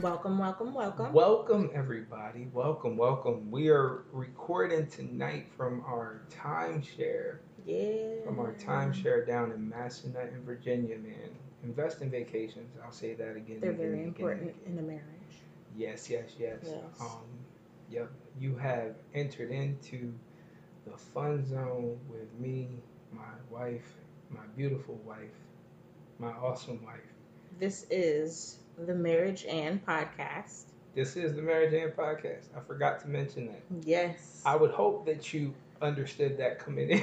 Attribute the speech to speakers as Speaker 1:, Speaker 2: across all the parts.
Speaker 1: Welcome, welcome, welcome.
Speaker 2: Welcome, everybody. Welcome, welcome. We are recording tonight from our timeshare,
Speaker 1: Yeah.
Speaker 2: from our timeshare down in Massanutten, Virginia, man. Invest in vacations. I'll say that again.
Speaker 1: They're
Speaker 2: again,
Speaker 1: very
Speaker 2: again,
Speaker 1: important
Speaker 2: again.
Speaker 1: in a marriage.
Speaker 2: Yes, yes, yes.
Speaker 1: Yes.
Speaker 2: Um, yep. You have entered into the fun zone with me, my wife, my beautiful wife, my awesome wife.
Speaker 1: This is the Marriage and Podcast.
Speaker 2: This is the Marriage and Podcast. I forgot to mention that.
Speaker 1: Yes.
Speaker 2: I would hope that you understood that coming in.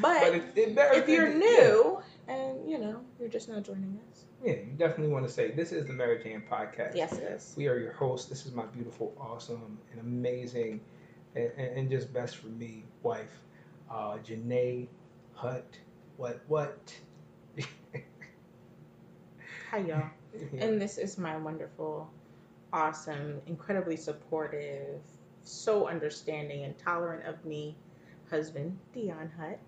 Speaker 1: but
Speaker 2: if, it better
Speaker 1: if you're
Speaker 2: yeah.
Speaker 1: new and, you know, you're just now joining us.
Speaker 2: yeah, you definitely want to say this is the Mary Jane podcast.
Speaker 1: Yes, it is.
Speaker 2: we are your hosts. This is my beautiful, awesome, and amazing, and, and, and just best for me wife, uh, Janae Hutt. What what?
Speaker 1: Hi, y'all. And this is my wonderful, awesome, incredibly supportive, so understanding and tolerant of me husband, Dion Hutt.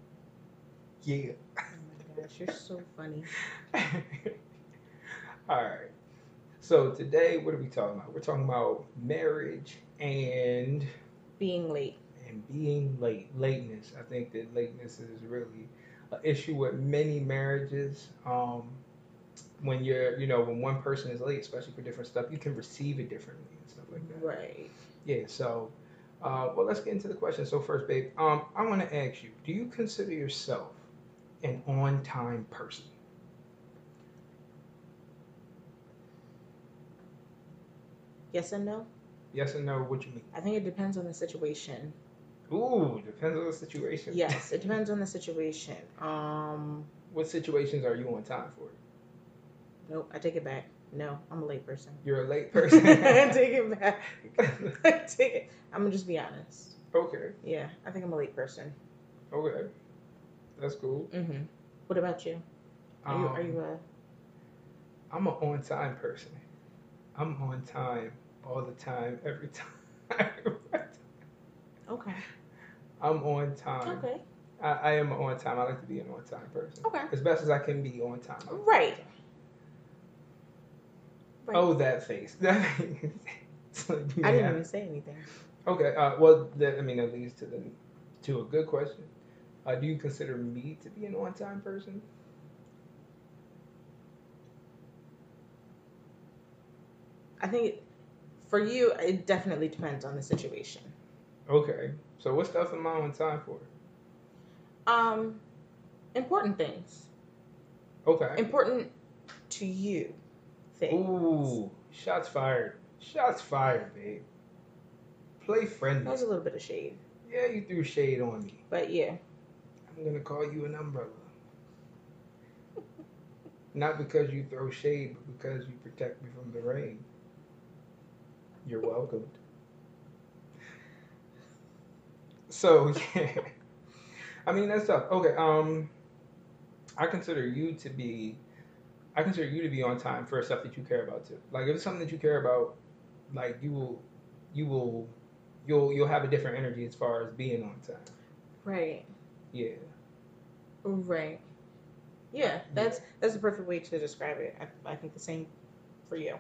Speaker 2: yeah.
Speaker 1: Oh my gosh, you're so funny.
Speaker 2: All right. So today, what are we talking about? We're talking about marriage and
Speaker 1: Being late.
Speaker 2: and being late, lateness. I think that lateness is really an issue with many marriages. Um, when you're, you know, when one person is late, especially for different stuff, you can receive it differently and stuff like that.
Speaker 1: Right.
Speaker 2: Yeah. So, uh, well, let's get into the question. So first, babe, um, I want to ask you: Do you consider yourself an on-time person?
Speaker 1: Yes and no?
Speaker 2: Yes or no? What you mean?
Speaker 1: I think it depends on the situation.
Speaker 2: Ooh, depends on the situation.
Speaker 1: Yes, it depends on the situation. Um,
Speaker 2: What situations are you on time for?
Speaker 1: nope, I take it back. No, I'm a late person.
Speaker 2: You're a late
Speaker 1: I take
Speaker 2: person.
Speaker 1: it back. I take it. I'm gonna just be honest.
Speaker 2: okay.
Speaker 1: Yeah, I think I'm a late person.
Speaker 2: Okay. That's cool. Um,
Speaker 1: Mm-hmm. What about you? Are you, are you a
Speaker 2: I'm an on time person. I'm on time all the time, every time.
Speaker 1: uh, okay?
Speaker 2: I'm on time.
Speaker 1: Okay,
Speaker 2: I, I am a on time. I like to be an on time person.
Speaker 1: okay.
Speaker 2: As best as I can be on time. I'm on
Speaker 1: Right.
Speaker 2: time.
Speaker 1: Right.
Speaker 2: Oh, that face. That face. It's like,
Speaker 1: I didn't
Speaker 2: yeah.
Speaker 1: even say anything.
Speaker 2: Okay. Uh, well, that, I mean, that leads to the to a good question. Uh, do you consider me to be an on time person?
Speaker 1: I think for you, it definitely depends on the situation.
Speaker 2: Okay. So what stuff am I on time for?
Speaker 1: Um, important things,
Speaker 2: Okay.
Speaker 1: important to you, things.
Speaker 2: Ooh, shots fired. Shots fired, babe. Play
Speaker 1: That
Speaker 2: friendly.
Speaker 1: was a little bit of shade,
Speaker 2: Yeah, you threw shade on me.
Speaker 1: but yeah.
Speaker 2: I'm gonna call you an umbrella. Not because you throw shade, but because you protect me from the rain. You're welcomed. So yeah. I mean that's tough. Okay, um I consider you to be I consider you to be on time for stuff that you care about too. Like if it's something that you care about, like you will you will you'll you'll have a different energy as far as being on time.
Speaker 1: Right.
Speaker 2: Yeah.
Speaker 1: Right. Yeah, that's that's a perfect way to describe it. I, I think the same for you.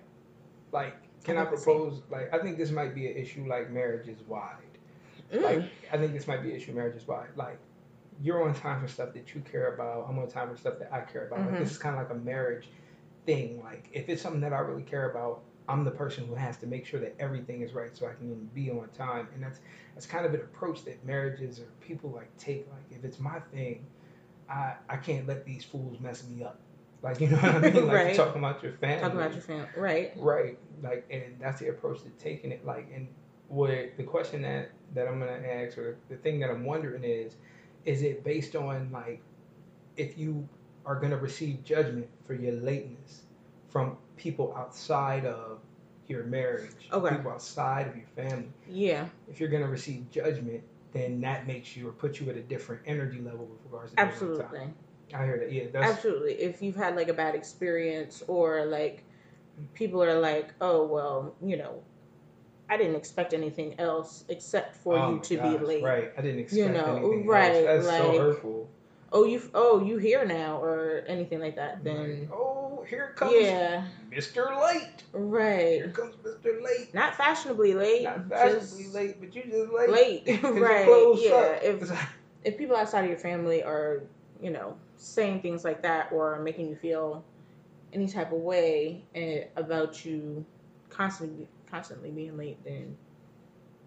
Speaker 2: Like, can I
Speaker 1: think the same.
Speaker 2: propose? Like, I think this might be an issue. Like, marriage is wide. Like,
Speaker 1: Mm.
Speaker 2: I think this might be an issue. Marriage is wide. Like, you're on time for stuff that you care about. I'm on time for stuff that I care about. Like,
Speaker 1: Mhm.
Speaker 2: this is kind of like a marriage thing. Like, if it's something that I really care about, I'm the person who has to make sure that everything is right so I can be on time. And that's that's kind of an approach that marriages or people like take. Like, if it's my thing, I I can't let these fools mess me up. Like, you know what I mean? Like,
Speaker 1: Right.
Speaker 2: talking about your family.
Speaker 1: Talk about your family. Right.
Speaker 2: Right. Like, and that's the approach to taking it. Like, and what the question that that I'm gonna ask, or the thing that I'm wondering is, is it based on like, if you are gonna receive judgment for your lateness from people outside of your marriage,
Speaker 1: Okay.
Speaker 2: people outside of your family.
Speaker 1: Yeah.
Speaker 2: If you're gonna receive judgment, then that makes you or puts you at a different energy level with regards to being on time.
Speaker 1: Absolutely.
Speaker 2: I hear that. Yeah, that's
Speaker 1: Absolutely. If you've had like a bad experience or like people are like, oh well, you know, I didn't expect anything else except for
Speaker 2: Oh
Speaker 1: you
Speaker 2: my
Speaker 1: to
Speaker 2: gosh,
Speaker 1: be late.
Speaker 2: Right. I didn't expect
Speaker 1: know,
Speaker 2: anything
Speaker 1: right,
Speaker 2: else. That's so
Speaker 1: like-
Speaker 2: hurtful.
Speaker 1: Oh you oh you here now or anything like that. Then
Speaker 2: Like, oh, oh, here comes
Speaker 1: yeah,
Speaker 2: Mr. Late. Here
Speaker 1: right.
Speaker 2: comes Mr. Late.
Speaker 1: Not fashionably late.
Speaker 2: Not fashionably
Speaker 1: just
Speaker 2: late, but you just late.
Speaker 1: Late,
Speaker 2: 'Cause you
Speaker 1: right?
Speaker 2: closed
Speaker 1: Yeah.
Speaker 2: up.
Speaker 1: If
Speaker 2: It's like,
Speaker 1: if people outside of your family are, you know, saying things like that or making you feel any type of way eh, about you constantly constantly being late, then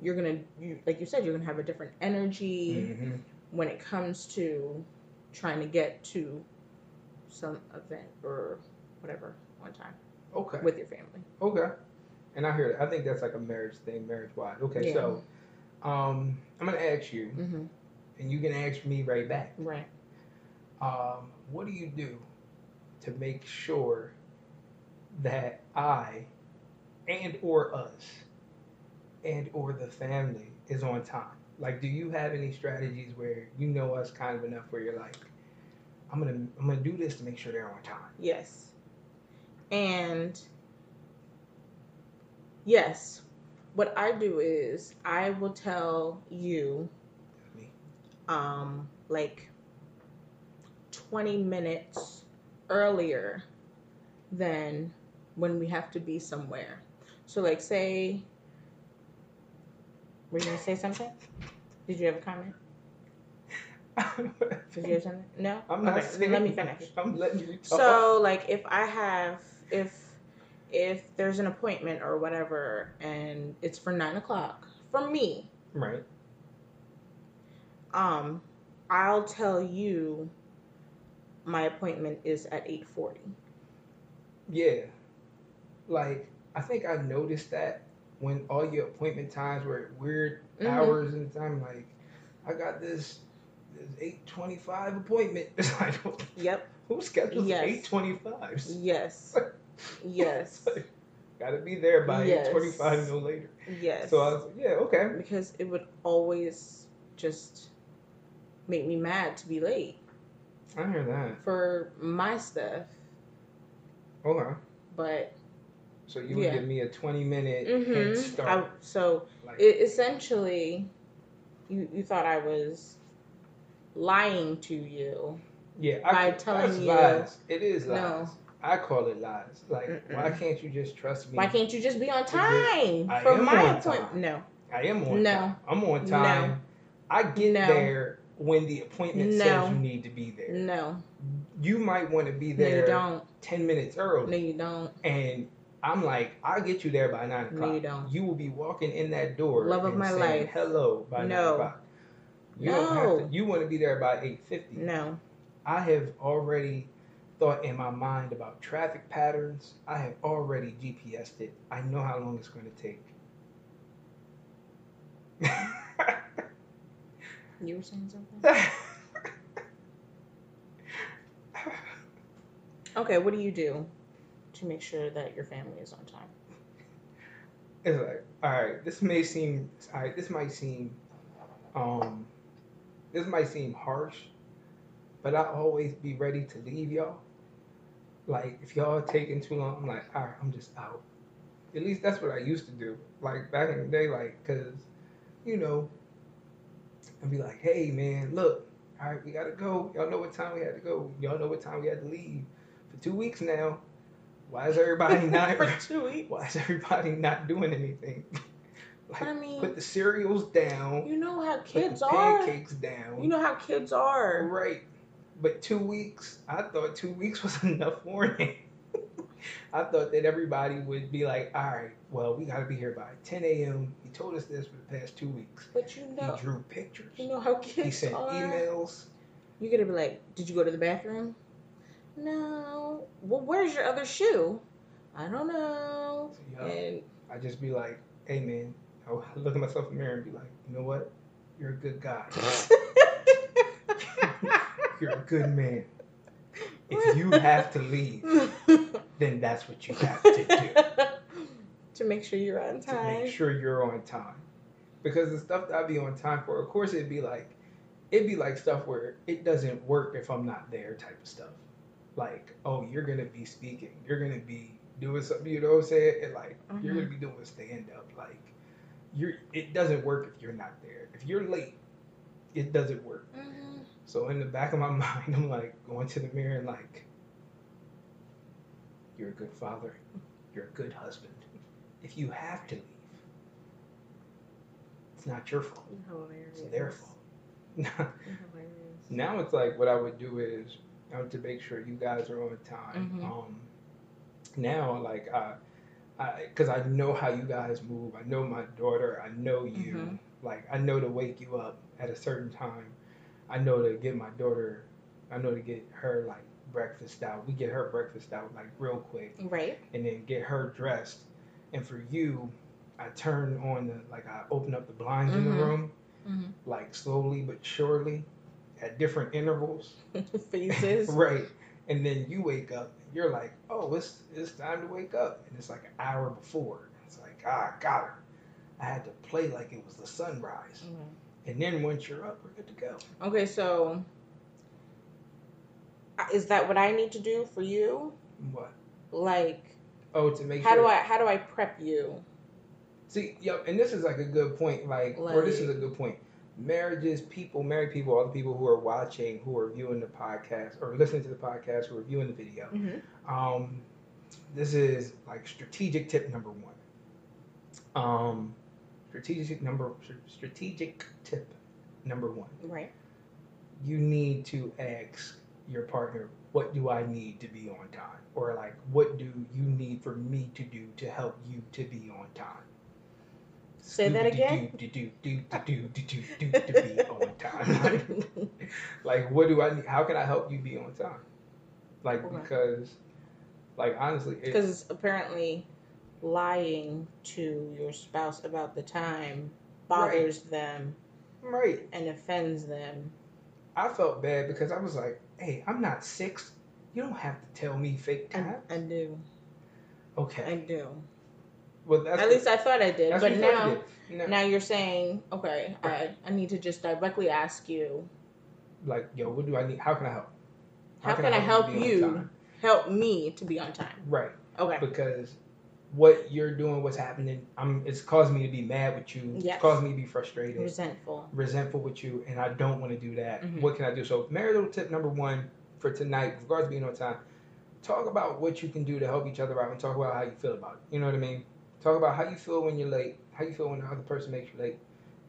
Speaker 1: you're gonna, you, like you said, you're gonna have a different energy
Speaker 2: mhm.
Speaker 1: when it comes to trying to get to some event or whatever one time
Speaker 2: Okay.
Speaker 1: with your family.
Speaker 2: Okay. And I hear that. I think that's like a marriage thing, marriage wise. Okay,
Speaker 1: Yeah.
Speaker 2: so um, I'm gonna ask you,
Speaker 1: Mm-hmm.
Speaker 2: and you can ask me right back.
Speaker 1: Right.
Speaker 2: Um, what do you do to make sure that I and or us and or the family is on time? Like, do you have any strategies where you know us kind of enough where you're like, I'm gonna I'm gonna do this to make sure they're on time.
Speaker 1: Yes. And yes, what I do is I will tell you
Speaker 2: Me.
Speaker 1: um like 20 minutes earlier than when we have to be somewhere. So like say were you gonna say something? Did you have a comment? Did you have something? No?
Speaker 2: I'm not.
Speaker 1: Okay, then let me
Speaker 2: saying-
Speaker 1: finish.
Speaker 2: I'm letting you talk.
Speaker 1: So like if I have if if there's an appointment or whatever and it's for nine o'clock for me,
Speaker 2: right.
Speaker 1: um, I'll tell you my appointment is at eight forty.
Speaker 2: Yeah. Like, I think I noticed that when all your appointment times were at weird
Speaker 1: Mm-hmm.
Speaker 2: hours and time, like, I got this, this 825 appointment. It's like,
Speaker 1: Yep.
Speaker 2: who schedules
Speaker 1: Yes.
Speaker 2: 825s?
Speaker 1: Yes. yes.
Speaker 2: Gotta be there by
Speaker 1: Yes.
Speaker 2: 825, no later.
Speaker 1: Yes.
Speaker 2: So I was like, yeah, okay.
Speaker 1: because it would always just make me mad to be late
Speaker 2: I hear that.
Speaker 1: for my stuff,
Speaker 2: Okay.
Speaker 1: but
Speaker 2: So you would
Speaker 1: Yeah.
Speaker 2: give me a 20 minute head
Speaker 1: mhm.
Speaker 2: start.
Speaker 1: I, so
Speaker 2: like,
Speaker 1: it, E, essentially you, you thought i was lying to you
Speaker 2: yeah,
Speaker 1: by
Speaker 2: could-
Speaker 1: telling
Speaker 2: that's
Speaker 1: you-
Speaker 2: lies. It is
Speaker 1: No.
Speaker 2: lies. I call it lies. Like,
Speaker 1: Mm-mm.
Speaker 2: why can't you just trust me?
Speaker 1: why can't you just be
Speaker 2: Hmm.
Speaker 1: on
Speaker 2: Is it-
Speaker 1: time
Speaker 2: I
Speaker 1: for
Speaker 2: am
Speaker 1: my
Speaker 2: on
Speaker 1: appointment
Speaker 2: time.
Speaker 1: no
Speaker 2: I am on
Speaker 1: No.
Speaker 2: time. I'm on
Speaker 1: No.
Speaker 2: time. I get
Speaker 1: No.
Speaker 2: there when the appointment
Speaker 1: No.
Speaker 2: says you need to be there.
Speaker 1: no
Speaker 2: You might want to be
Speaker 1: no you
Speaker 2: there
Speaker 1: don't
Speaker 2: 10 minutes
Speaker 1: no
Speaker 2: early.
Speaker 1: you don't
Speaker 2: And I'm like, I'll get you there by 9
Speaker 1: No,
Speaker 2: o'clock.
Speaker 1: you don't.
Speaker 2: will be walking in that door.
Speaker 1: Love of
Speaker 2: and
Speaker 1: my
Speaker 2: saying
Speaker 1: life.
Speaker 2: Hello by 9
Speaker 1: No.
Speaker 2: o'clock. You don't have
Speaker 1: No.
Speaker 2: to. You want to be there by 8.50.
Speaker 1: no
Speaker 2: I have already thought in my mind about traffic patterns. I have already GPSed it. I know how long it's going to take.
Speaker 1: you were saying something okay what do you do to make sure that your family is on time
Speaker 2: it's like, all right, this may seem, all right, this might seem, um, this might seem harsh, but I always be ready to leave y'all. Like, if y'all taking too long, I'm like, all right, I'm just out. At least that's what I used to do. Like back in the day, like, cause, you know, I'd be like, hey man, look, all right, we gotta go. Y'all know what time we had to go. Y'all know what time we had to leave. For two weeks now, why is everybody not?
Speaker 1: for two weeks
Speaker 2: why is everybody not doing anything? like,
Speaker 1: i mean
Speaker 2: put the cereals down,
Speaker 1: you know how
Speaker 2: put
Speaker 1: kids
Speaker 2: the
Speaker 1: are
Speaker 2: pancakes down.
Speaker 1: you know how kids are
Speaker 2: right. But two weeks, I thought two weeks was enough warning. I thought that everybody would be like, all right, well, we got to be here by 10 a.m. He told us this for the past two weeks.
Speaker 1: but you know
Speaker 2: He drew pictures.
Speaker 1: you know how
Speaker 2: He
Speaker 1: kids
Speaker 2: sent
Speaker 1: are
Speaker 2: emails.
Speaker 1: You're gonna be like, did you go to the bathroom? No. Well, where's your other shoe? I don't know.
Speaker 2: Yeah.
Speaker 1: And
Speaker 2: I just be like, hey, man. I would look at myself in the mirror and be like, you know what? You're a good guy. You're a good man. If you have to leave, then that's what you have to do
Speaker 1: to make sure you're on
Speaker 2: to make
Speaker 1: time.
Speaker 2: sure you're on time. Because the stuff that I'd be on time for, of course, it'd be like, it'd be like stuff where it doesn't work if I'm not there type of stuff. Like, oh, you're gonna be speaking, you're gonna be doing something, you know what I'm saying? And like, you're
Speaker 1: Mhm.
Speaker 2: gonna be doing stand up. Like, you're it doesn't work if you're not there. If you're late, it doesn't work.
Speaker 1: Mm-hmm.
Speaker 2: So in the back of my mind, I'm like going to the mirror and like, You're a good father. You're a good husband. If you have to leave, it's not your fault.
Speaker 1: You're hilarious.
Speaker 2: It's their fault.
Speaker 1: You're hilarious.
Speaker 2: now it's like what I would do is I would to make sure you guys are on time.
Speaker 1: Mhm.
Speaker 2: Um, now, like I, because I, know how you guys move. I know my daughter. I know you.
Speaker 1: Mhm.
Speaker 2: Like I know to wake you up at a certain time. I know to get my daughter. I know to get her like breakfast out. We get her breakfast out like real quick
Speaker 1: Right.
Speaker 2: and then get her dressed. And for you, I turn on the like I open up the blinds in the
Speaker 1: Mhm.
Speaker 2: room,
Speaker 1: Mhm.
Speaker 2: like slowly but surely, at different intervals.
Speaker 1: Faces.
Speaker 2: right. And then you wake up. You're like, oh, it's it's time to wake up, and it's like an hour before. It's like, ah, I got her. I had to play like it was the sunrise.
Speaker 1: Mhm.
Speaker 2: And then once you're up, we're good to go.
Speaker 1: Okay, so I- is that what I need to do for you?
Speaker 2: What?
Speaker 1: Like,
Speaker 2: Oh, to make
Speaker 1: how
Speaker 2: sure.
Speaker 1: do I how do I prep you?
Speaker 2: See, yep, and this is like a good point, like, or this is
Speaker 1: Like-
Speaker 2: a good point. Marriages, people, married people, all the people who are watching, who are viewing the podcast or listening to the podcast, who are viewing the video.
Speaker 1: Mhm.
Speaker 2: Um, this is like strategic tip number one. Um, strategic number, strategic tip number one.
Speaker 1: Right.
Speaker 2: You need to ask your partner, "What do I need to be on time?" Or like, "What do you need for me to do to help you to be on time?"
Speaker 1: Say that again.
Speaker 2: Do, do, do, do, do, do, do, do, to be on time. Like, like, what do I need? How can I help you be on time? Like,
Speaker 1: Okay.
Speaker 2: because, like, honestly, it,
Speaker 1: Because apparently, lying to your spouse about the time bothers them
Speaker 2: right.
Speaker 1: and offends them.
Speaker 2: I felt bad because I was like, hey, I'm not six. You don't have to tell me fake
Speaker 1: I,
Speaker 2: time.
Speaker 1: I do. I
Speaker 2: Okay.
Speaker 1: do.
Speaker 2: Well, that's
Speaker 1: At
Speaker 2: what-
Speaker 1: least I thought I did.
Speaker 2: that's
Speaker 1: But
Speaker 2: what you
Speaker 1: now,
Speaker 2: did. No,
Speaker 1: now you're saying, okay, I, I need to just directly ask you,
Speaker 2: like, yo, what do I need? How can I help?
Speaker 1: How can I help
Speaker 2: be on
Speaker 1: you?
Speaker 2: time?
Speaker 1: help me to be on time.
Speaker 2: Right.
Speaker 1: Okay.
Speaker 2: because what you're doing, what's happening, I'm it's caused me to be mad with you.
Speaker 1: Yes.
Speaker 2: It's caused me to be frustrated,
Speaker 1: Resentful.
Speaker 2: resentful with you, and I don't want to do that.
Speaker 1: Mhm.
Speaker 2: What can I do? So marital tip number one for tonight, with regards to being on time, talk about what you can do to help each other out and talk about how you feel about it. You know what I mean? Talk about how you feel when you're late, how you feel when the other person makes you late,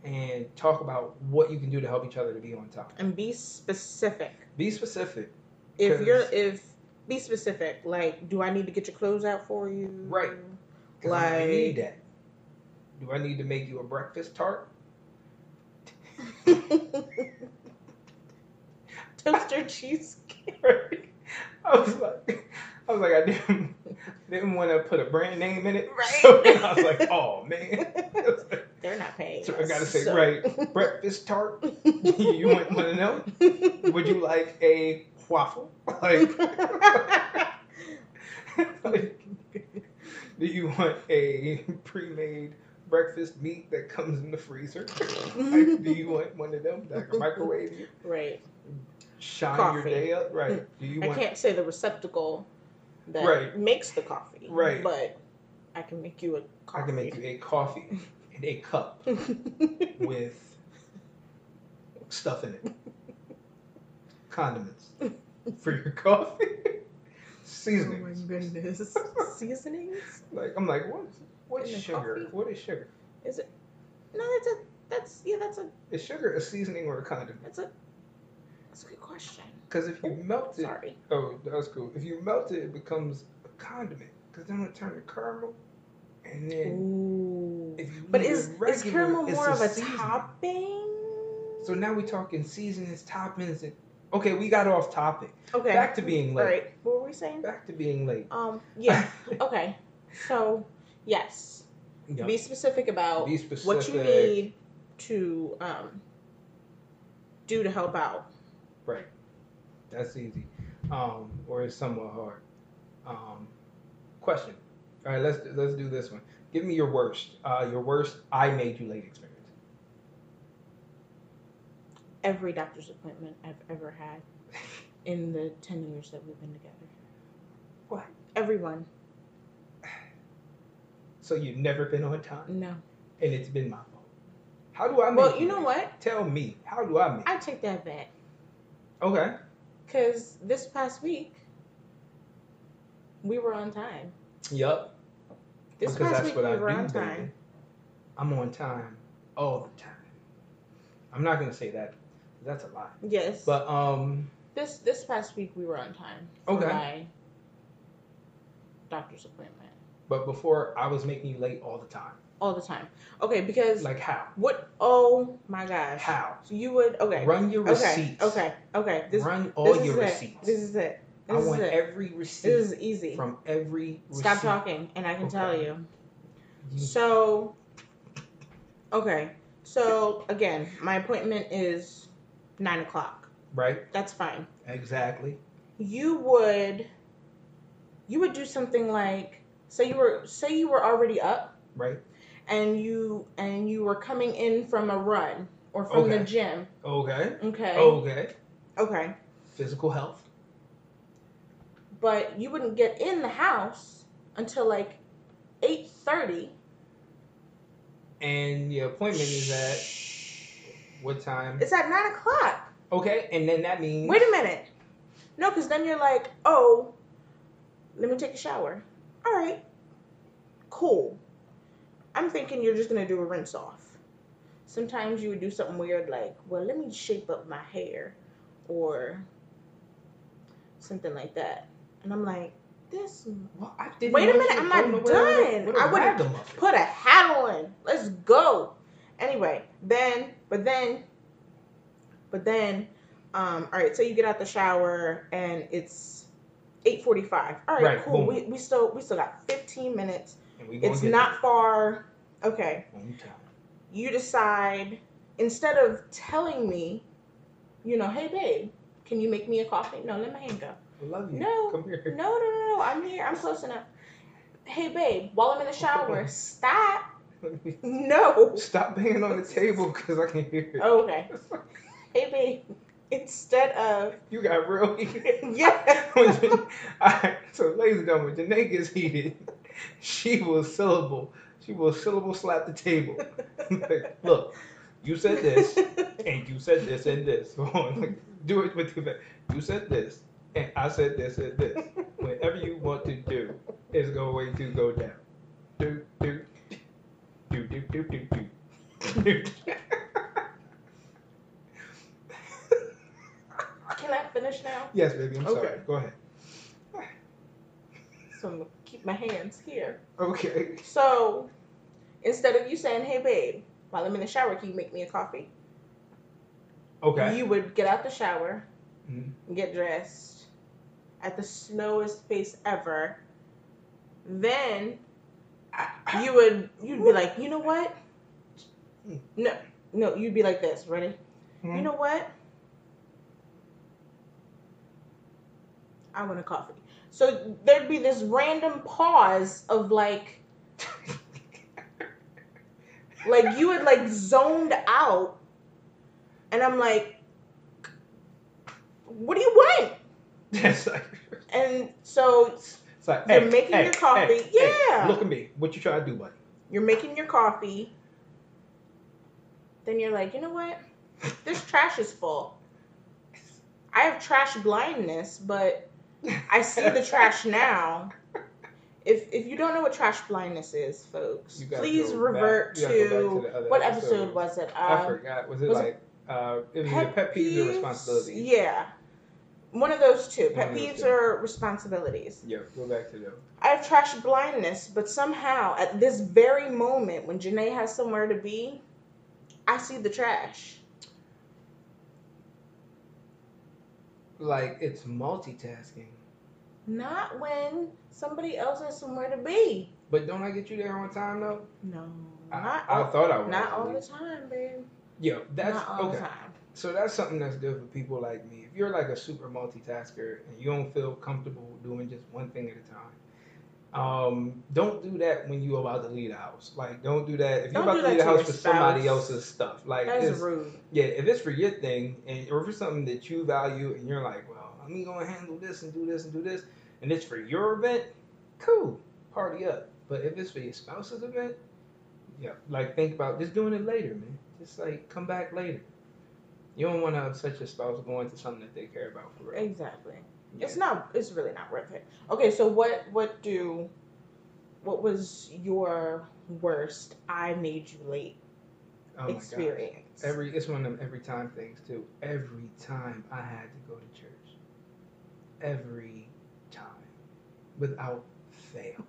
Speaker 2: and talk about what you can do to help each other to be on time.
Speaker 1: And be specific.
Speaker 2: Be specific.
Speaker 1: If
Speaker 2: 'Cause-
Speaker 1: you're if be specific, like, do I need to get your clothes out for you?
Speaker 2: Right. 'cause I
Speaker 1: Like-
Speaker 2: need that. Do I need to make you a breakfast tart?
Speaker 1: Toaster cheesecake.
Speaker 2: I was like, I was like, I didn't didn't want to put a brand name in it.
Speaker 1: Right.
Speaker 2: So then I was like, oh man,
Speaker 1: They're not paying.
Speaker 2: So I
Speaker 1: us,
Speaker 2: gotta say,
Speaker 1: so-
Speaker 2: right, breakfast tart. You wouldn't want to know? Would you like a waffle? Like, like, do you want a pre-made breakfast meat that comes in the freezer? Like, do you want one of them that can microwave you?
Speaker 1: right.
Speaker 2: Shine
Speaker 1: Coffee.
Speaker 2: your day up, right? Do you
Speaker 1: I
Speaker 2: want?
Speaker 1: can't say the receptacle that
Speaker 2: Right.
Speaker 1: makes the coffee.
Speaker 2: Right.
Speaker 1: But I can make you a coffee.
Speaker 2: I can make you a coffee and a cup. with stuff in it. Condiments for your coffee. Seasonings.
Speaker 1: Oh my goodness. Seasonings?
Speaker 2: Like I'm like, what what's
Speaker 1: In the
Speaker 2: sugar?
Speaker 1: coffee?
Speaker 2: What is sugar?
Speaker 1: No, that's a that's yeah, that's a
Speaker 2: Is sugar a seasoning or a condiment?
Speaker 1: that's a that's a good question.
Speaker 2: Because if you melt it
Speaker 1: Sorry.
Speaker 2: oh that's cool. If you melt it it becomes a condiment. Because then it'll turn to caramel. And then
Speaker 1: Ooh.
Speaker 2: if you
Speaker 1: But
Speaker 2: eat
Speaker 1: is
Speaker 2: it
Speaker 1: is
Speaker 2: regular,
Speaker 1: caramel
Speaker 2: it's
Speaker 1: more of a
Speaker 2: seasoning.
Speaker 1: topping?
Speaker 2: So now we're talking seasonings, toppings, and okay, we got off topic.
Speaker 1: okay.
Speaker 2: Back to being
Speaker 1: All
Speaker 2: late.
Speaker 1: right. What were we saying?
Speaker 2: Back to being late.
Speaker 1: Um. Yeah. okay. So, yes.
Speaker 2: Yeah.
Speaker 1: Be specific about
Speaker 2: Be specific.
Speaker 1: what you need to um do to help out.
Speaker 2: That's easy, um, or it's somewhat hard. Um, question. All right, let's let's do this one. Give me your worst. Uh, your worst. I made you late experience.
Speaker 1: Every doctor's appointment I've ever had in the ten years that we've been together.
Speaker 2: What?
Speaker 1: Everyone.
Speaker 2: So you've never been on time,
Speaker 1: No.
Speaker 2: and it's been my fault. How do I make?
Speaker 1: Well, you know
Speaker 2: late?
Speaker 1: what?
Speaker 2: Tell me. How do I make?
Speaker 1: I take that back.
Speaker 2: okay.
Speaker 1: Because this past week, we were on time.
Speaker 2: Yep.
Speaker 1: This
Speaker 2: because
Speaker 1: past
Speaker 2: that's
Speaker 1: week we
Speaker 2: what I
Speaker 1: were
Speaker 2: do,
Speaker 1: on
Speaker 2: baby.
Speaker 1: time.
Speaker 2: I'm on time all the time. I'm not gonna say that. That's a lie.
Speaker 1: Yes.
Speaker 2: But um,
Speaker 1: this this past week we were on time. for
Speaker 2: Okay.
Speaker 1: My doctor's appointment
Speaker 2: but before I was making you late all the time.
Speaker 1: all the time. Okay, because
Speaker 2: Like how?
Speaker 1: what? Oh my gosh.
Speaker 2: How?
Speaker 1: So you would okay.
Speaker 2: Run your
Speaker 1: Okay.
Speaker 2: receipts.
Speaker 1: Okay. Okay. This
Speaker 2: Run all
Speaker 1: this
Speaker 2: your
Speaker 1: is It.
Speaker 2: receipts.
Speaker 1: This is it.
Speaker 2: I
Speaker 1: This is
Speaker 2: want
Speaker 1: it.
Speaker 2: every receipt
Speaker 1: this is easy.
Speaker 2: from every. Receipt.
Speaker 1: Stop talking, and I can tell
Speaker 2: Okay.
Speaker 1: you.
Speaker 2: You-
Speaker 1: So, okay. So again, my appointment is nine o'clock.
Speaker 2: Right.
Speaker 1: That's fine.
Speaker 2: Exactly.
Speaker 1: You would, you would do something like say you were say you were already up
Speaker 2: Right.
Speaker 1: and you and you were coming in from a run or from the
Speaker 2: Okay. Oh.
Speaker 1: gym.
Speaker 2: Okay.
Speaker 1: Okay.
Speaker 2: Okay.
Speaker 1: Okay.
Speaker 2: Physical health.
Speaker 1: But you wouldn't get in the house until like eight thirty.
Speaker 2: And your appointment is at what time?
Speaker 1: It's at nine o'clock.
Speaker 2: Okay. And then that means.
Speaker 1: Wait a minute. No, because then you're like, oh, let me take a shower. All right, cool. I'm thinking you're just gonna do a rinse off. Sometimes you would do something weird like, well, let me shape up my hair, or something like that. And I'm like, this.
Speaker 2: Well, I didn't
Speaker 1: Wait a
Speaker 2: know
Speaker 1: minute,
Speaker 2: you
Speaker 1: I'm
Speaker 2: were
Speaker 1: not
Speaker 2: going nowhere with a-
Speaker 1: done.
Speaker 2: with a
Speaker 1: I would've-
Speaker 2: ragamuffin.
Speaker 1: Put a hat on. Let's go. Anyway, then, but then, but then, um, all right. So you get out the shower and it's eight forty-five. All right,
Speaker 2: Right,
Speaker 1: cool.
Speaker 2: boom.
Speaker 1: We, we still we still got fifteen minutes.
Speaker 2: And we gonna
Speaker 1: It's
Speaker 2: get
Speaker 1: not far. Okay,
Speaker 2: there one time.
Speaker 1: you decide instead of telling me, you know, hey babe, can you make me a coffee? No, let my hand go.
Speaker 2: I love you.
Speaker 1: No.
Speaker 2: Come here.
Speaker 1: No, no, no, no. I'm here. I'm close enough. Hey babe, while I'm in the shower, stop.
Speaker 2: Let me-
Speaker 1: No.
Speaker 2: Stop banging on the table because I can hear it.
Speaker 1: Okay. Hey, babe. Instead of
Speaker 2: You got real heated.
Speaker 1: yeah,
Speaker 2: When Jan- I- so, ladies and gentlemen, when Janae gets heated, she will syllable. She will syllable slap the table. Like, Look, you said this, and you said this and this. Like, do it with the You said this, and I said this and this. Whatever you want to do is going to go down. Do do do do do do do. do.
Speaker 1: Can I finish now?
Speaker 2: yes, baby. I'm sorry.
Speaker 1: Okay.
Speaker 2: Go ahead.
Speaker 1: So I'm gonna keep my hands here.
Speaker 2: Okay.
Speaker 1: So instead of you saying, "Hey, babe," while I'm in the shower, can you make me a coffee?
Speaker 2: Okay.
Speaker 1: You would get out the shower,
Speaker 2: Mhm.
Speaker 1: get dressed at the slowest pace ever. Then you would you'd be like, you know what? No, no, you'd be like this. Ready? You
Speaker 2: Mhm.
Speaker 1: know what? I want a coffee. So there'd be this random pause of like, like you had like zoned out, and I'm like, what do you want?
Speaker 2: That's like.
Speaker 1: And so
Speaker 2: It's like,
Speaker 1: You're
Speaker 2: hey,
Speaker 1: making
Speaker 2: hey,
Speaker 1: your coffee.
Speaker 2: hey, hey,
Speaker 1: Yeah.
Speaker 2: look at me. What you trying to do, buddy?
Speaker 1: you're making your coffee. Then you're like, you know what? This trash is full. I have trash blindness, but I see the trash now. If if you don't know what trash blindness is, folks,
Speaker 2: You gotta
Speaker 1: please
Speaker 2: go
Speaker 1: revert
Speaker 2: back- you
Speaker 1: to,
Speaker 2: gotta go back to the other
Speaker 1: what
Speaker 2: episodes.
Speaker 1: episode was it?
Speaker 2: I
Speaker 1: Um,
Speaker 2: forgot. Was it
Speaker 1: was it
Speaker 2: like uh, it was either pet peeves or responsibilities?
Speaker 1: Yeah, one of those two.
Speaker 2: One
Speaker 1: Pet
Speaker 2: of those
Speaker 1: peeves
Speaker 2: two.
Speaker 1: or responsibilities.
Speaker 2: Yeah, go back to them.
Speaker 1: I have trash blindness, but somehow at this very moment when Janae has somewhere to be, I see the trash.
Speaker 2: Like it's multitasking.
Speaker 1: Not when somebody else has somewhere to be.
Speaker 2: But don't I get you there on time though?
Speaker 1: No,
Speaker 2: I,
Speaker 1: not
Speaker 2: I
Speaker 1: all,
Speaker 2: thought I was.
Speaker 1: not all the time, babe.
Speaker 2: Yeah, that's
Speaker 1: not all
Speaker 2: okay.
Speaker 1: the time.
Speaker 2: So that's something that's good for people like me. If you're like a super multitasker and you don't feel comfortable doing just one thing at a time. Um, don't do that when you're about to leave the house. Like, don't do that if
Speaker 1: Don't
Speaker 2: you're about
Speaker 1: do
Speaker 2: to
Speaker 1: that
Speaker 2: leave the
Speaker 1: to your
Speaker 2: house for somebody
Speaker 1: spouse.
Speaker 2: else's stuff. Like,
Speaker 1: That
Speaker 2: it's-
Speaker 1: is rude.
Speaker 2: Yeah, if it's for your thing, and or if it's something that you value, and you're like, well, let me go and handle this and do this and do this, and it's for your event, cool, party up. But if it's for your spouse's event, yeah, like think about just doing it later, man. Just like come back later. You don't want to upset your spouse going to something that they care about for real.
Speaker 1: Exactly. It's not. It's really not worth it. Okay, so what? What do? What was your worst? I made you late
Speaker 2: Oh my gosh.
Speaker 1: experience.
Speaker 2: Every it's one of them every time things too. Every time I had to go to church. Every time. Without fail.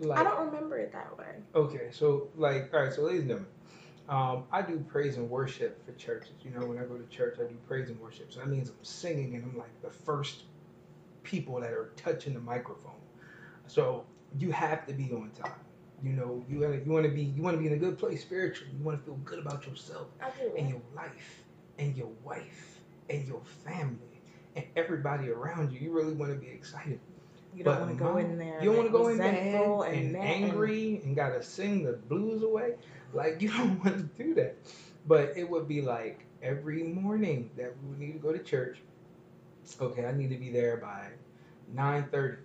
Speaker 2: Like
Speaker 1: I don't remember it that way.
Speaker 2: okay, so like all right, so ladies and gentlemen. Um, I do praise and worship for churches. You know, when I go to church, I do praise and worship. So that means I'm singing and I'm like the first people that are touching the microphone. So you have to be on time. You know, you gotta, you want to be you want to be in a good place spiritually. You want to feel good about yourself
Speaker 1: I
Speaker 2: and
Speaker 1: do.
Speaker 2: your life and your wife and your family and everybody around you. You really want to be excited.
Speaker 1: You don't
Speaker 2: but
Speaker 1: want to go
Speaker 2: my-
Speaker 1: in there.
Speaker 2: You don't want to go in
Speaker 1: resentful
Speaker 2: there and,
Speaker 1: mad
Speaker 2: angry and gotta sing the blues away. Like you don't want to do that. But it would be like every morning that we would need to go to church. Okay, I need to be there by nine thirty.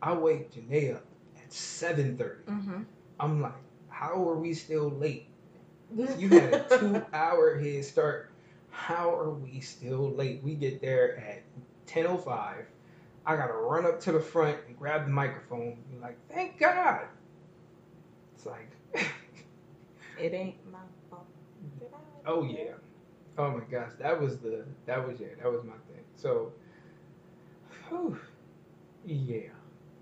Speaker 2: I wake Janae up at seven thirty.
Speaker 1: Mhm.
Speaker 2: I'm like, how are we still late? You had a two hour head start. How are we still late? We get there at 10.05. I gotta run up to the front and grab the microphone. Be like, thank God. It's like,
Speaker 1: it ain't my fault.
Speaker 2: oh yeah. Oh my gosh, that was the that was yeah, that was my thing. So whew, yeah.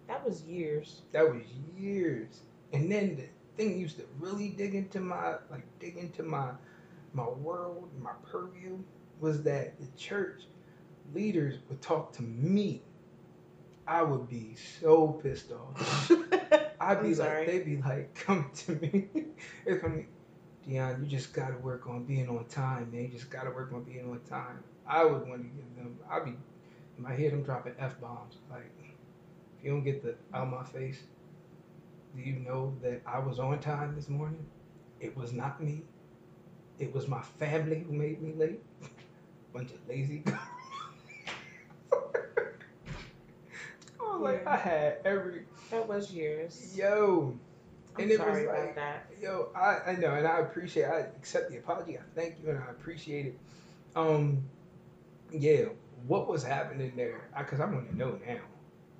Speaker 1: That was years.
Speaker 2: That was years. And then the thing used to really dig into my like dig into my my world, my purview was that the church leaders would talk to me. I would be so pissed off. I'd
Speaker 1: I'm
Speaker 2: be
Speaker 1: sorry.
Speaker 2: like, they'd be like, come to me. if I'm, Dion, you just gotta work on being on time, man. You just gotta work on being on time. I would want to give them. I'd be, in my head, I'm dropping f bombs. Like, if you don't get the out my face, do you know that I was on time this morning? It was not me. It was my family who made me late. Bunch of lazy. Oh, like I had every
Speaker 1: that was years.
Speaker 2: yo.
Speaker 1: I'm
Speaker 2: and it was
Speaker 1: sorry about
Speaker 2: like-
Speaker 1: that.
Speaker 2: Yo, I, I know, and I appreciate. I accept the apology. I thank you, and I appreciate it. Um, yeah, what was happening there? Because I, want to know now.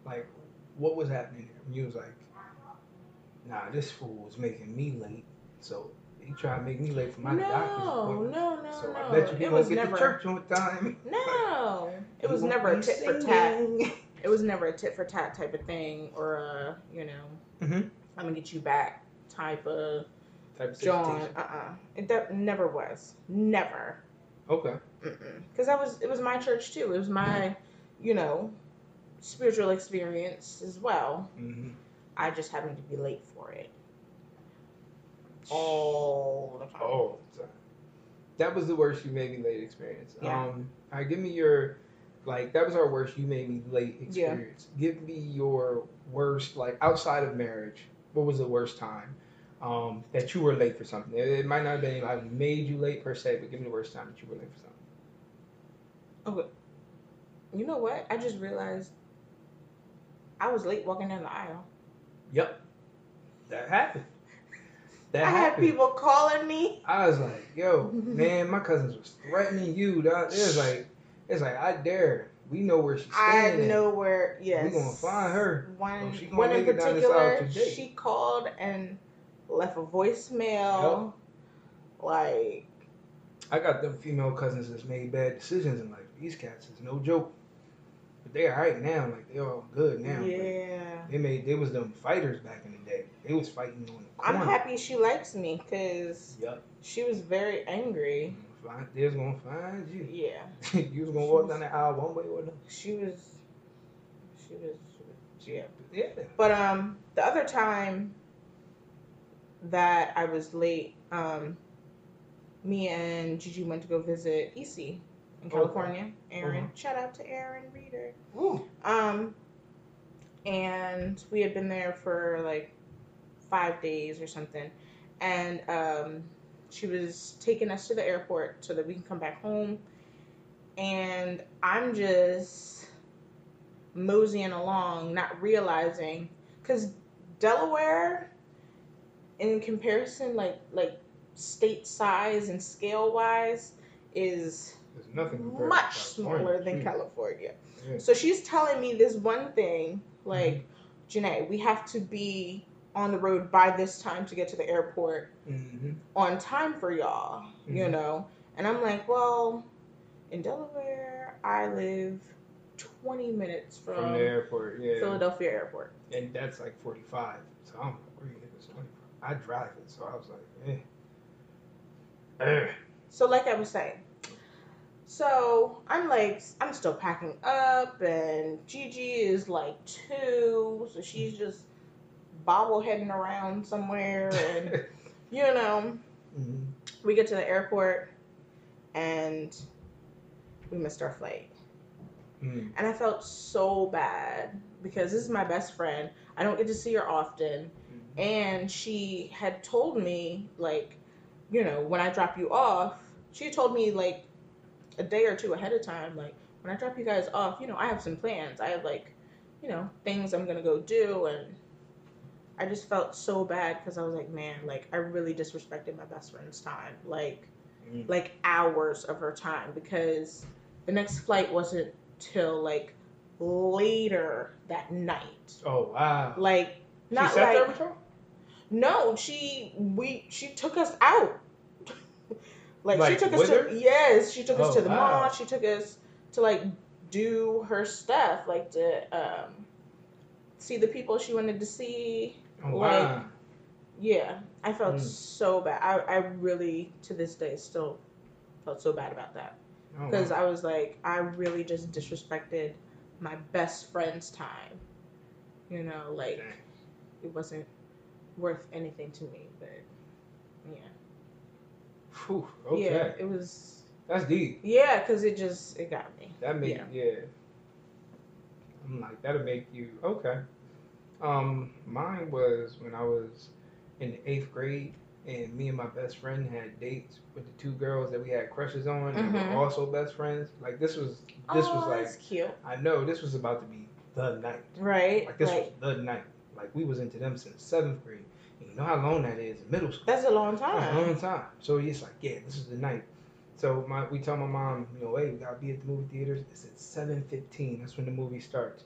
Speaker 2: Like, what was happening there? And you was like, Nah, this fool was making me late, so he tried to make me late for my doctor's
Speaker 1: no,
Speaker 2: appointment.
Speaker 1: no, no,
Speaker 2: so
Speaker 1: no.
Speaker 2: I bet you he
Speaker 1: it
Speaker 2: won't
Speaker 1: was
Speaker 2: get
Speaker 1: never.
Speaker 2: to church on time.
Speaker 1: No, it was
Speaker 2: He won't
Speaker 1: never a
Speaker 2: be
Speaker 1: tit for tat.
Speaker 2: singing.
Speaker 1: It was never a tit for tat type of thing, or a you know,
Speaker 2: Mhm.
Speaker 1: I'm gonna get you back type of
Speaker 2: Type of
Speaker 1: John.
Speaker 2: situation.
Speaker 1: Uh, uh it de- never was. Never.
Speaker 2: Okay.
Speaker 1: because I was it was my church too. It was my, you know, spiritual experience as well.
Speaker 2: Mm-hmm.
Speaker 1: I just happened to be late for it all the time.
Speaker 2: Oh, sorry. that was the worst you made me late experience.
Speaker 1: Yeah.
Speaker 2: Um, all right, give me your like that was our worst you made me late
Speaker 1: Yeah.
Speaker 2: experience. Give me your worst like outside of marriage. What was the worst time um, that you were late for something? It, it might not have been anybody who made you late per se, but give me the worst time that you were late for something.
Speaker 1: You know what? I just realized I was late walking down the aisle.
Speaker 2: Yep, that happened. That
Speaker 1: I had
Speaker 2: happened.
Speaker 1: people calling me.
Speaker 2: I was like, yo, man, my cousins was threatening you. Dog. It was like, it's like I dare. We know where she's
Speaker 1: I
Speaker 2: standing.
Speaker 1: know where. Yes,
Speaker 2: gonna find her.
Speaker 1: One,
Speaker 2: Oh, she gonna
Speaker 1: one in
Speaker 2: make it down this aisle
Speaker 1: particular,
Speaker 2: today.
Speaker 1: she called and left a voicemail. Like
Speaker 2: I got them female cousins that's made bad decisions in life. These cats is no joke. But they all right now, like they all good now. but
Speaker 1: yeah.
Speaker 2: They made they was them fighters back in the day. They was fighting on the
Speaker 1: I'm
Speaker 2: corner.
Speaker 1: happy she likes me because
Speaker 2: Yup.
Speaker 1: she was very angry.
Speaker 2: Find- They was gonna find you.
Speaker 1: Yeah,
Speaker 2: you was gonna walk down the aisle one way or another.
Speaker 1: she was, she was, she was yeah.
Speaker 2: Yeah.
Speaker 1: But um, the other time that I was late, um, me and Gigi went to go visit EC in California. Aaron, shout out to Aaron Reader.
Speaker 2: Woo.
Speaker 1: Um, and we had been there for like five days or something, and um, she was taking us to the airport so that we can come back home. And I'm just moseying along, not realizing because Delaware, in comparison, like like state size and scale wise, is
Speaker 2: There's nothing compared to
Speaker 1: much
Speaker 2: California.
Speaker 1: smaller than
Speaker 2: Hmm.
Speaker 1: California.
Speaker 2: Yeah. Hmm.
Speaker 1: So she's telling me this one thing, like, Janae, we have to be on the road by this time to get to the airport
Speaker 2: Mhm.
Speaker 1: on time for y'all, you
Speaker 2: Mhm.
Speaker 1: know? And I'm like, well, in Delaware, I live 20 minutes from,
Speaker 2: From the airport, yeah.
Speaker 1: Philadelphia airport.
Speaker 2: and that's like 45. So I'm like, where you get this 20 from? I drive it, so I was like, eh. Eh.
Speaker 1: So, like I was saying, so I'm like, I'm still packing up, and Gigi is like two, so she's just bobbleheading around somewhere, and you know,
Speaker 2: Mhm.
Speaker 1: we get to the airport and we missed our flight.
Speaker 2: Mm.
Speaker 1: And I felt so bad because this is my best friend. I don't get to see her often.
Speaker 2: Mm-hmm.
Speaker 1: And she had told me, like, you know, when I drop you off, she had told me, like, a day or two ahead of time, like, when I drop you guys off, you know, I have some plans. I have, like, you know, things I'm going to go do. And I just felt so bad because I was like, man, like, I really disrespected my best friend's time. Like,
Speaker 2: Mm.
Speaker 1: like hours of her time because the next flight wasn't till like later that night.
Speaker 2: Oh, wow.
Speaker 1: Like
Speaker 2: She
Speaker 1: not
Speaker 2: sat there
Speaker 1: like
Speaker 2: with y'all?
Speaker 1: no, she we she took us out. like,
Speaker 2: Like,
Speaker 1: she took us
Speaker 2: with
Speaker 1: to
Speaker 2: her?
Speaker 1: yes, she took us
Speaker 2: Oh,
Speaker 1: to the
Speaker 2: wow.
Speaker 1: mall. She took us to like do her stuff, like to um see the people she wanted to see.
Speaker 2: Oh,
Speaker 1: like-
Speaker 2: wow.
Speaker 1: Yeah, I felt
Speaker 2: Mm.
Speaker 1: so bad. I, I really to this day still felt so bad about that.
Speaker 2: Oh,
Speaker 1: because
Speaker 2: wow.
Speaker 1: I was like, I really just disrespected my best friend's time. You know, like
Speaker 2: Dang.
Speaker 1: it wasn't worth anything to me. But yeah,
Speaker 2: Phew, okay.
Speaker 1: yeah, it was.
Speaker 2: That's deep.
Speaker 1: Yeah, because it just it got me.
Speaker 2: That make
Speaker 1: Yeah.
Speaker 2: yeah. I'm like that'll make you okay. Um, mine was when I was in the eighth grade, and me and my best friend had dates with the two girls that we had crushes on, and
Speaker 1: Mhm.
Speaker 2: were also best friends. Like this was this
Speaker 1: oh,
Speaker 2: was like
Speaker 1: that's cute,
Speaker 2: I know this was about to be the night.
Speaker 1: right?
Speaker 2: Like this
Speaker 1: like
Speaker 2: was the night. Like we was into them since seventh grade. And you know how long that is in middle school.
Speaker 1: that's a long
Speaker 2: That's a
Speaker 1: time.
Speaker 2: long time. So it's like, yeah, this is the night. So my we tell my mom, you know, hey, we gotta be at the movie theaters. It's at seven fifteen. That's when the movie starts.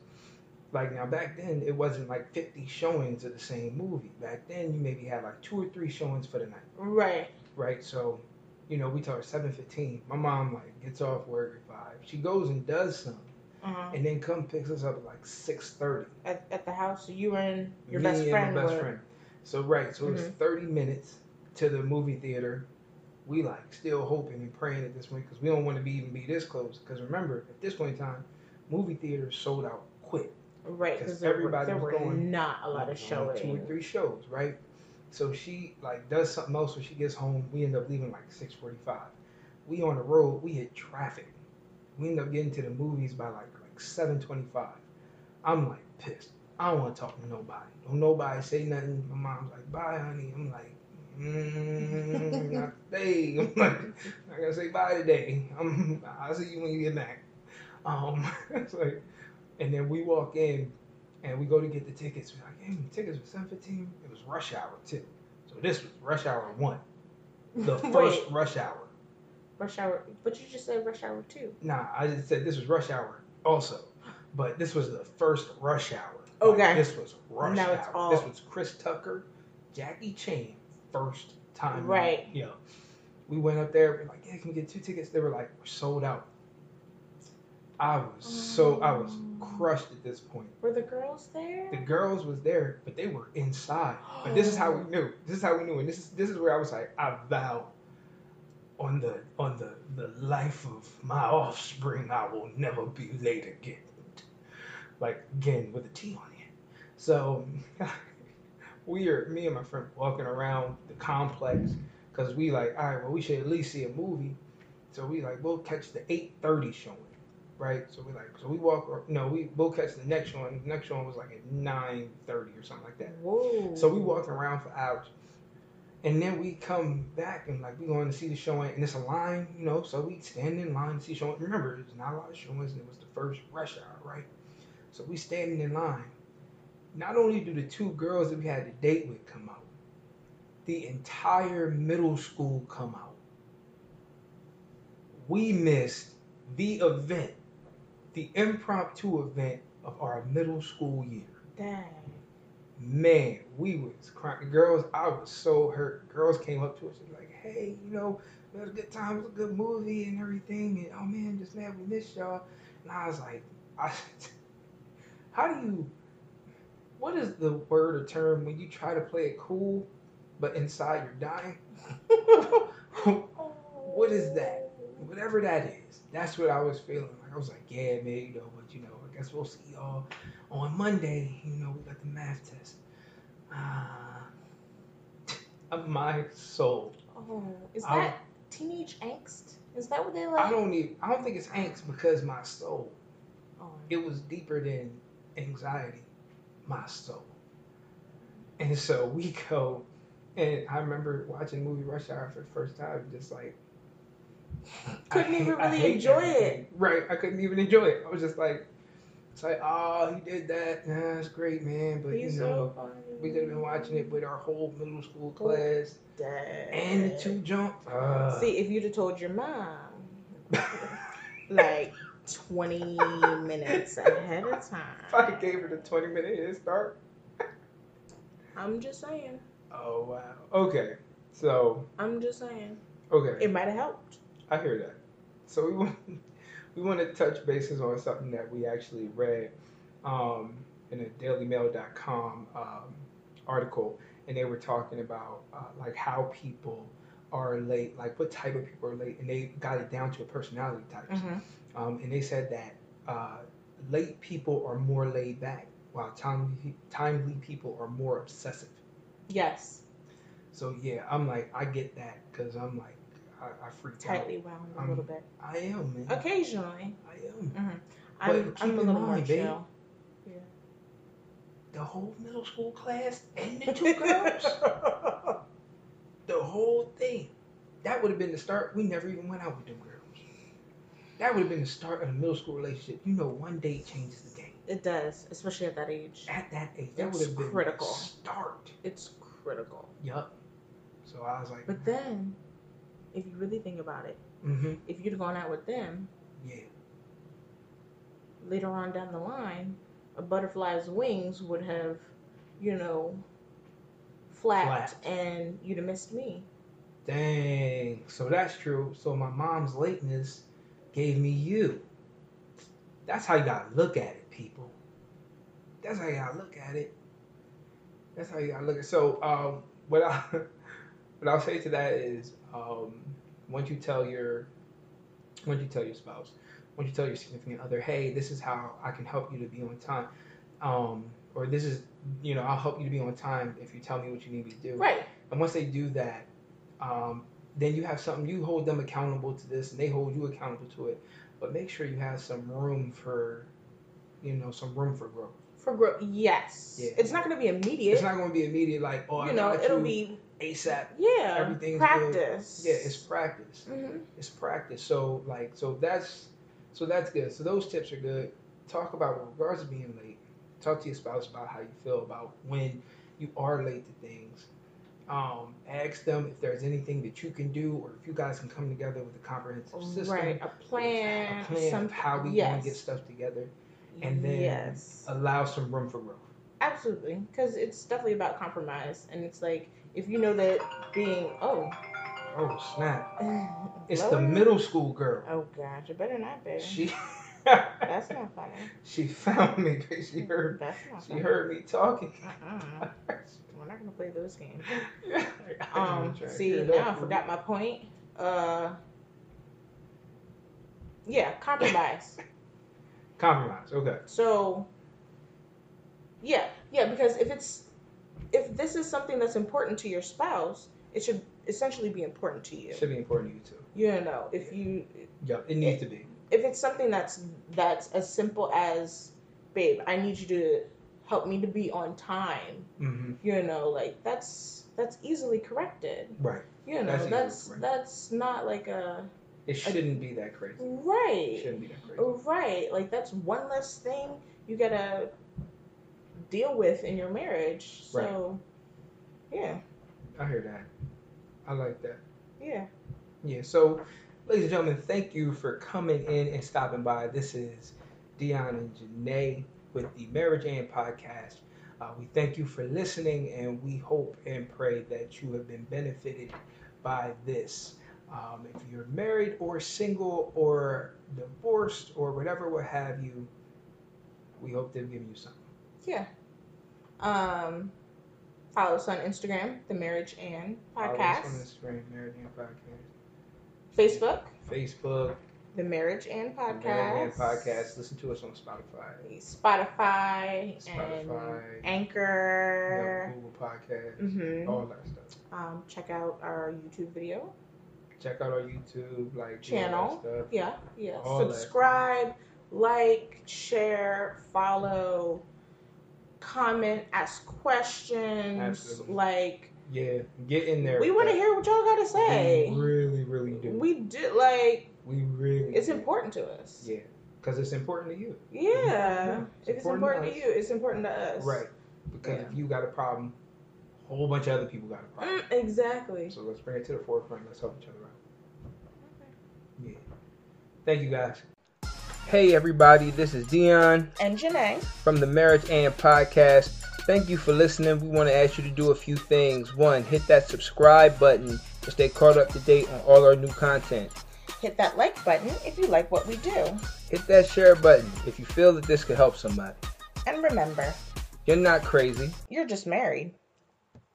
Speaker 2: Like now back then it wasn't like fifty showings of the same movie. Back then you maybe had like two or three showings for the night.
Speaker 1: Right.
Speaker 2: Right? So, you know, we tell her seven fifteen. My mom like gets off work at five. She goes and does something
Speaker 1: uh
Speaker 2: and then come picks us up at like six thirty.
Speaker 1: At, at the house, you and your
Speaker 2: me
Speaker 1: best
Speaker 2: and
Speaker 1: friend
Speaker 2: my best
Speaker 1: were. Mm-hmm.
Speaker 2: friend. So right, so it's thirty minutes to the movie theater. We like still hoping and praying at this point because we don't want to be even be this close. Because remember, at this point in time, movie theaters sold out quick.
Speaker 1: right?
Speaker 2: 'cause
Speaker 1: Because there, were,
Speaker 2: everybody
Speaker 1: there
Speaker 2: was
Speaker 1: were
Speaker 2: going-
Speaker 1: not a lot of
Speaker 2: Like, only two or
Speaker 1: showing.
Speaker 2: three shows, right? So she like does something else when she gets home. We end up leaving like six forty five. We on the road. We hit traffic. We end up getting to the movies by like like seven twenty five. I'm like pissed. I don't want to talk to nobody. Don't nobody say nothing. My mom's like, bye, honey. I'm like, mm, not today. I'm like, I gotta say bye today. I'm, I'll see you when you get back. Um, it's like, and then we walk in and we go to get the tickets. We're like, hey, tickets were seven fifteen. It was rush hour too. So this was rush hour one, the first
Speaker 1: Wait,
Speaker 2: rush hour.
Speaker 1: rush hour, but you just said rush hour two.
Speaker 2: Nah, I just said this was rush hour also, but this was the first rush hour.
Speaker 1: Okay.
Speaker 2: Like, this was rush
Speaker 1: Now
Speaker 2: hour.
Speaker 1: it's all-
Speaker 2: This was Chris Tucker, Jackie Chan, first time.
Speaker 1: Right.
Speaker 2: Yeah. We went up there. We're like, yeah, can we get two tickets? They were like, we're sold out. I was so I was
Speaker 1: Oh.
Speaker 2: crushed at this point.
Speaker 1: Were the girls there?
Speaker 2: The girls was there, but they were inside. But this is how we knew. This is how we knew, and this is this is where I was like, I vow on the on the the life of my offspring, I will never be late again. Like again with a T on it. So we are me and my friend walking around the complex because we like, all right, well we should at least see a movie. So we like, we'll catch the eight thirty showing. Right, so we like, so we walk. Or, no, we we'll catch the next one. The next one was like at nine thirty or something like that.
Speaker 1: Whoa.
Speaker 2: So we walking around for hours. And then we come back and like we going to see the showing and it's a line, you know, so we stand in line to see showing. Remember, there's not a lot of showings and it was the first rush hour, right? So we standing in line. Not only do the two girls that we had to date with come out, the entire middle school come out. we missed the event, the impromptu event of our middle school year.
Speaker 1: Dang.
Speaker 2: Man, we was crying. Girls, I was so hurt. Girls came up to us and like, hey, you know, it was a good time, it was a good movie and everything. And oh man, just mad we missed y'all. And I was like, I, how do you, what is the word or term when you try to play it cool, but inside you're dying? What is that? whatever that is, that's what I was feeling. Like I was like, yeah, man, you know, but you know, I guess we'll see y'all on Monday. You know, we got the math test. Uh, my soul.
Speaker 1: Oh, is
Speaker 2: I-
Speaker 1: that teenage angst? Is that what they like?
Speaker 2: I don't need. I don't think it's angst because my soul.
Speaker 1: Oh,
Speaker 2: It was deeper than anxiety. My soul. And so we go, and I remember watching the movie Rush Hour for the first time, just like.
Speaker 1: Couldn't even
Speaker 2: I
Speaker 1: really
Speaker 2: hate
Speaker 1: enjoy it.
Speaker 2: everything. Right, I couldn't even enjoy it. I was just like, it's like, oh, he did that. Nah, that's great, man. But you know, we could have been watching it with our whole middle school class
Speaker 1: Dad.
Speaker 2: and the two jump. Uh,
Speaker 1: See, if you'd have told your mom, like twenty minutes ahead of
Speaker 2: if I
Speaker 1: time.
Speaker 2: gave her the twenty minute head start.
Speaker 1: I'm just saying.
Speaker 2: Oh wow. Okay. So
Speaker 1: I'm just saying.
Speaker 2: okay,
Speaker 1: It might have helped.
Speaker 2: I hear that. So we want we want to touch bases on something that we actually read um, in a DailyMail.com um, article, and they were talking about uh, like how people are late, like what type of people are late, and they got it down to a personality types. Um, and they said that uh, late people are more laid back, while timely timely people are more obsessive.
Speaker 1: Yes.
Speaker 2: So yeah, I'm like, I get that because I'm like, I, I freaked out.
Speaker 1: Tightly wound a
Speaker 2: Um,
Speaker 1: little bit.
Speaker 2: I am, man.
Speaker 1: Occasionally. Mm-hmm.
Speaker 2: I am. But
Speaker 1: I'm,
Speaker 2: keep
Speaker 1: I'm a
Speaker 2: in
Speaker 1: little more
Speaker 2: mind, babe.
Speaker 1: chill.
Speaker 2: The whole middle school class and the two girls. the whole thing. That would have been the start. We never even went out with them girls. That would have been the start of a middle school relationship. You know, one day changes the game.
Speaker 1: It does, especially at that age.
Speaker 2: At that age, that
Speaker 1: It's
Speaker 2: would have been
Speaker 1: critical.
Speaker 2: The start.
Speaker 1: It's critical.
Speaker 2: Yup. So I was like,
Speaker 1: But then, if you really think about it,
Speaker 2: mm-hmm.
Speaker 1: if you'd gone out with them
Speaker 2: yeah,
Speaker 1: later on down the line, a butterfly's wings would have, you know, flapped,
Speaker 2: Flapped.
Speaker 1: and you'd have missed me.
Speaker 2: dang. So that's true. So my mom's lateness gave me you. That's how you gotta look at it, people. That's how you gotta look at it. That's how you gotta look at it. So um, what I what I'll say to that is um, once you tell your once you tell your spouse, once you tell your significant other, hey, this is how I can help you to be on time, um, or this is you know I'll help you to be on time if you tell me what you need me to do.
Speaker 1: Right.
Speaker 2: And once they do that, um, then you have something, you hold them accountable to this and they hold you accountable to it. But make sure you have some room for, you know, some room for growth.
Speaker 1: For growth, yes.
Speaker 2: Yeah.
Speaker 1: It's not going to be immediate.
Speaker 2: It's not going to be immediate, like, oh, I
Speaker 1: you know,
Speaker 2: got
Speaker 1: it'll
Speaker 2: you
Speaker 1: be
Speaker 2: ASAP.
Speaker 1: yeah.
Speaker 2: Everything's
Speaker 1: practice.
Speaker 2: Good. Yeah, it's practice.
Speaker 1: hmm
Speaker 2: It's practice. So, like, so that's, so that's good. So those tips are good. Talk about with regards to being late. Talk to your spouse about how you feel about when you are late to things. Um, ask them if there's anything that you can do, or if you guys can come together with a comprehensive system.
Speaker 1: Right. A plan.
Speaker 2: a plan
Speaker 1: some-
Speaker 2: of how we
Speaker 1: yes.
Speaker 2: want to get stuff together. and then-
Speaker 1: yes.
Speaker 2: Allow some room for growth.
Speaker 1: Absolutely, because it's definitely about compromise, and it's like if you know that being oh,
Speaker 2: Oh snap! It's
Speaker 1: lower?
Speaker 2: the middle school girl.
Speaker 1: Oh gosh, it better not be.
Speaker 2: She
Speaker 1: That's not funny.
Speaker 2: she found me. 'cause She heard
Speaker 1: That's not
Speaker 2: she
Speaker 1: funny.
Speaker 2: heard me talking.
Speaker 1: Uh-uh. We're not gonna play those games.
Speaker 2: Yeah, I
Speaker 1: Um,
Speaker 2: didn't try to
Speaker 1: see
Speaker 2: hear
Speaker 1: now I
Speaker 2: that.
Speaker 1: forgot my point. Uh, yeah, compromise.
Speaker 2: Compromise. Okay.
Speaker 1: so, yeah, yeah, because if it's if this is something that's important to your spouse, it should essentially be important to you.
Speaker 2: Should be important to you too.
Speaker 1: You know, if you
Speaker 2: Yep. It needs to be.
Speaker 1: if it's something that's that's as simple as babe i need you to help me to be on time
Speaker 2: Mm-hmm.
Speaker 1: you know like that's that's easily corrected
Speaker 2: Right.
Speaker 1: you know
Speaker 2: That's
Speaker 1: that's
Speaker 2: easily
Speaker 1: that's,
Speaker 2: corrected.
Speaker 1: not like a
Speaker 2: It shouldn't be that crazy. It
Speaker 1: right
Speaker 2: shouldn't be that
Speaker 1: Oh.
Speaker 2: crazy.
Speaker 1: right like that's one less thing you gotta deal with in your marriage so yeah
Speaker 2: I hear that. I like that.
Speaker 1: yeah
Speaker 2: Yeah. So Ladies and gentlemen, thank you for coming in and stopping by. This is Dion and Janae with the Marriage and Podcast. Uh, we thank you for listening, and we hope and pray that you have been benefited by this. Um, if you're married or single or divorced or whatever, what have you, we hope they've given you something.
Speaker 1: Yeah. Um, follow us on Instagram, The Marriage and
Speaker 2: Follow us
Speaker 1: Podcast.
Speaker 2: on Instagram, Marriage and Podcast,
Speaker 1: Facebook,
Speaker 2: Facebook,
Speaker 1: The Marriage and
Speaker 2: The Marriage and
Speaker 1: Podcast.
Speaker 2: Podcast. Listen to us on Spotify,
Speaker 1: Spotify,
Speaker 2: Spotify.
Speaker 1: and Anchor.
Speaker 2: Google Podcast,
Speaker 1: hmm
Speaker 2: all that stuff.
Speaker 1: Um, check out our YouTube video.
Speaker 2: Check out our YouTube, like do all that
Speaker 1: Channel.
Speaker 2: stuff.
Speaker 1: Yeah, yeah.
Speaker 2: All that.
Speaker 1: Subscribe, like, share, follow, comment, ask questions.
Speaker 2: Absolutely.
Speaker 1: Like,
Speaker 2: Yeah, get in there.
Speaker 1: we
Speaker 2: with
Speaker 1: want to
Speaker 2: that.
Speaker 1: hear what y'all got to say.
Speaker 2: We really, really do.
Speaker 1: We did like
Speaker 2: We really.
Speaker 1: it's
Speaker 2: do.
Speaker 1: important to us.
Speaker 2: Yeah, because it's important to you.
Speaker 1: Yeah.
Speaker 2: Yeah, it's
Speaker 1: If it's
Speaker 2: important
Speaker 1: important
Speaker 2: to
Speaker 1: to you, it's important to us.
Speaker 2: Right. Because
Speaker 1: Yeah.
Speaker 2: if you got a problem, a whole bunch of other people got a problem.
Speaker 1: Mm, exactly.
Speaker 2: So let's bring it to the forefront. Let's help each other out. Thank you guys. Hey everybody, this is Dion
Speaker 1: And Janae.
Speaker 2: from the Marriage and Podcast. Thank you for listening. We want to ask you to do a few things. One, hit that subscribe button to stay caught up to date on all our new content.
Speaker 1: Hit that like button if you like what we do.
Speaker 2: Hit that share button if you feel that this could help somebody.
Speaker 1: And remember,
Speaker 2: You're not crazy.
Speaker 1: you're just married.